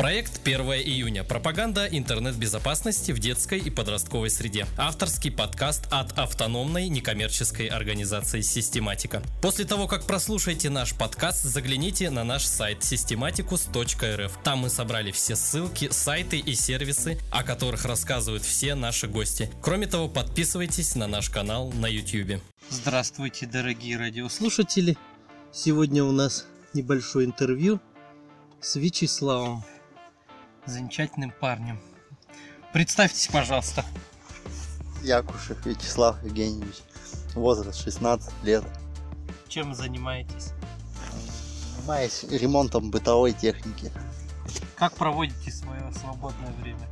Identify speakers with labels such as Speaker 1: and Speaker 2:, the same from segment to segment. Speaker 1: Проект 1 июня. Пропаганда интернет-безопасности в детской и подростковой среде. Авторский подкаст от автономной некоммерческой организации «Систематика». После того, как прослушаете наш подкаст, загляните на наш сайт systematicus.rf. Там мы собрали все ссылки, сайты и сервисы, о которых рассказывают все наши гости. Кроме того, подписывайтесь на наш канал на YouTube.
Speaker 2: Здравствуйте, дорогие радиослушатели. Сегодня у нас небольшое интервью с Вячеславом, замечательным парнем. Представьтесь, пожалуйста.
Speaker 3: Якушев Вячеслав Евгеньевич. Возраст 16 лет.
Speaker 2: Чем занимаетесь?
Speaker 3: Занимаюсь ремонтом бытовой техники.
Speaker 2: Как проводите свое свободное время?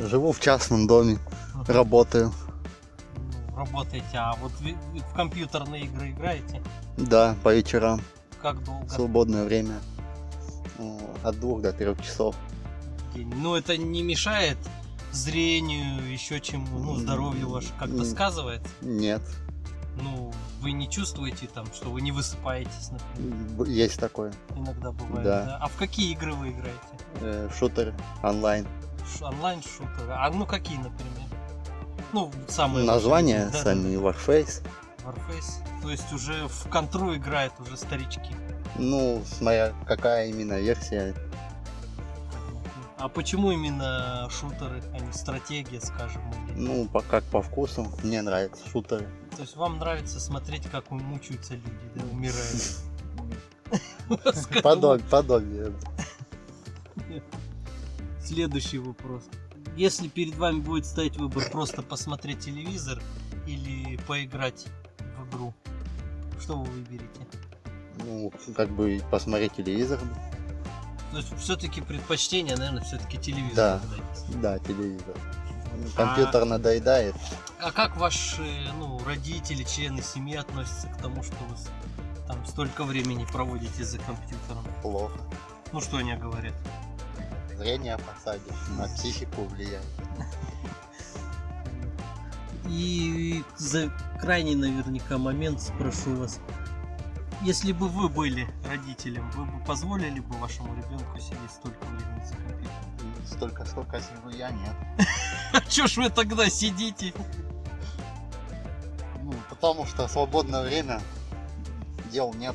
Speaker 3: Живу в частном доме, работаю.
Speaker 2: Ну, работаете, а вот вы в компьютерные игры играете?
Speaker 3: Да, по вечерам,
Speaker 2: Как долго
Speaker 3: в свободное время. Ну, От двух до трех часов.
Speaker 2: в день? Ну, это не мешает зрению, еще чему, ну, здоровью ваше как-то
Speaker 3: М.
Speaker 2: сказывается?
Speaker 3: Нет,
Speaker 2: Ну, вы не чувствуете там, что вы не высыпаетесь, например?
Speaker 3: б- есть такое.
Speaker 2: Иногда бывает,
Speaker 3: Да.
Speaker 2: да? А в какие игры вы играете?
Speaker 3: Э, Шутер онлайн.
Speaker 2: Ш- онлайн-шутеры. А ну какие, например? Ну, самые...
Speaker 3: Название
Speaker 2: лучшие, да,
Speaker 3: сами Warface.
Speaker 2: да. Warface. То есть уже в контру играют уже старички.
Speaker 3: Ну, смотря какая именно версия.
Speaker 2: А почему именно шутеры, а не стратегия, скажем? или-
Speaker 3: Ну, по, как по вкусу. Мне нравится шутер.
Speaker 2: То есть вам нравится смотреть, как мучаются люди, да, умирают? Вот к этому
Speaker 3: Ну. Подобие, подобие.
Speaker 2: Следующий вопрос. Если перед вами будет стоять выбор просто посмотреть телевизор или поиграть в игру, что вы выберете?
Speaker 3: Ну, как бы посмотреть телевизор.
Speaker 2: То есть все-таки предпочтение, наверное, все-таки телевизор.
Speaker 3: Да.
Speaker 2: отдать.
Speaker 3: Да, телевизор. Компьютер надоедает.
Speaker 2: А как ваши ну, родители, члены семьи относятся к тому, что вы с- там столько времени проводите за компьютером?
Speaker 3: Плохо.
Speaker 2: Ну что они говорят?
Speaker 3: Зрение посадишь, на психику влияет.
Speaker 2: И за крайний наверняка момент спрошу вас. Если бы вы были родителем, вы бы позволили бы вашему ребенку сидеть столько времени за компьютером?
Speaker 3: И Столько, сколько сижу я, нет.
Speaker 2: А чё ж вы тогда сидите?
Speaker 3: Ну, потому что свободное время дел нет.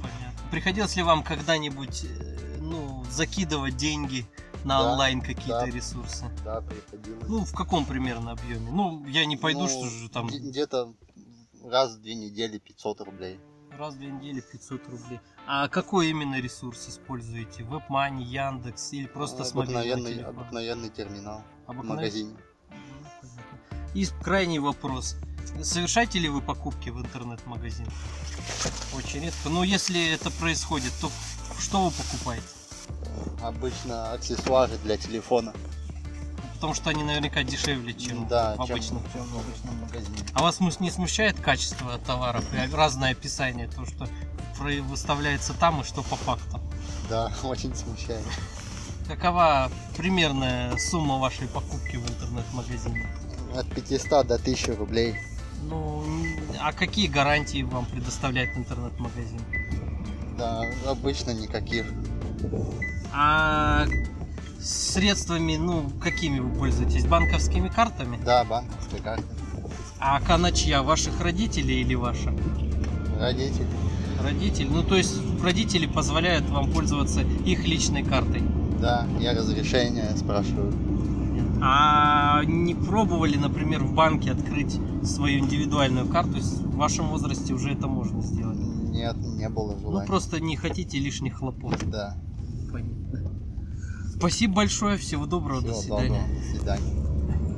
Speaker 2: Понятно. Приходилось ли вам когда-нибудь э, ну, закидывать деньги на
Speaker 3: Да,
Speaker 2: онлайн какие-то
Speaker 3: да.
Speaker 2: ресурсы?
Speaker 3: Да, приходилось.
Speaker 2: Ну, в каком примерно объеме? Ну, я не пойду,
Speaker 3: Ну,
Speaker 2: что же там
Speaker 3: г- Где-то раз в две недели 500 рублей.
Speaker 2: раз в две недели 500 рублей. А какой именно ресурс используете? WebMoney, Яндекс или просто смотрите на
Speaker 3: Ну, обыкновенный,
Speaker 2: телефон?
Speaker 3: обыкновенный терминал в
Speaker 2: Обыкновен-
Speaker 3: магазине.
Speaker 2: Ну, И крайний вопрос. Совершаете ли вы покупки в интернет-магазин? Очень редко. Но если это происходит, то что вы покупаете?
Speaker 3: Обычно аксессуары для телефона.
Speaker 2: Потому что они наверняка дешевле, чем
Speaker 3: да,
Speaker 2: в обычном.
Speaker 3: чем в обычном магазине.
Speaker 2: А вас сму- не смущает качество товаров и разное описание, то, что про- выставляется там и что по факту?
Speaker 3: Да, очень смущает.
Speaker 2: Какова примерная сумма вашей покупки в интернет-магазине?
Speaker 3: От 500 до 1000 рублей.
Speaker 2: Ну, м, а какие гарантии вам предоставляет интернет-магазин?
Speaker 3: Да, обычно никаких.
Speaker 2: А средствами, ну, какими вы пользуетесь? Банковскими картами?
Speaker 3: Да, банковская карта.
Speaker 2: А она чья? Ваших родителей или ваша?
Speaker 3: Родители.
Speaker 2: Родитель. Ну, то есть родители позволяют вам пользоваться их личной картой.
Speaker 3: Да, я разрешение спрашиваю.
Speaker 2: А не пробовали, например, в банке открыть свою индивидуальную карту? С- В вашем возрасте уже это можно сделать.
Speaker 3: Нет, не было
Speaker 2: Ну,
Speaker 3: желания.
Speaker 2: просто не хотите лишних хлопот.
Speaker 3: Да.
Speaker 2: Понятно. Спасибо большое, всего доброго, до
Speaker 3: Всего
Speaker 2: свидания.
Speaker 3: доброго, До свидания.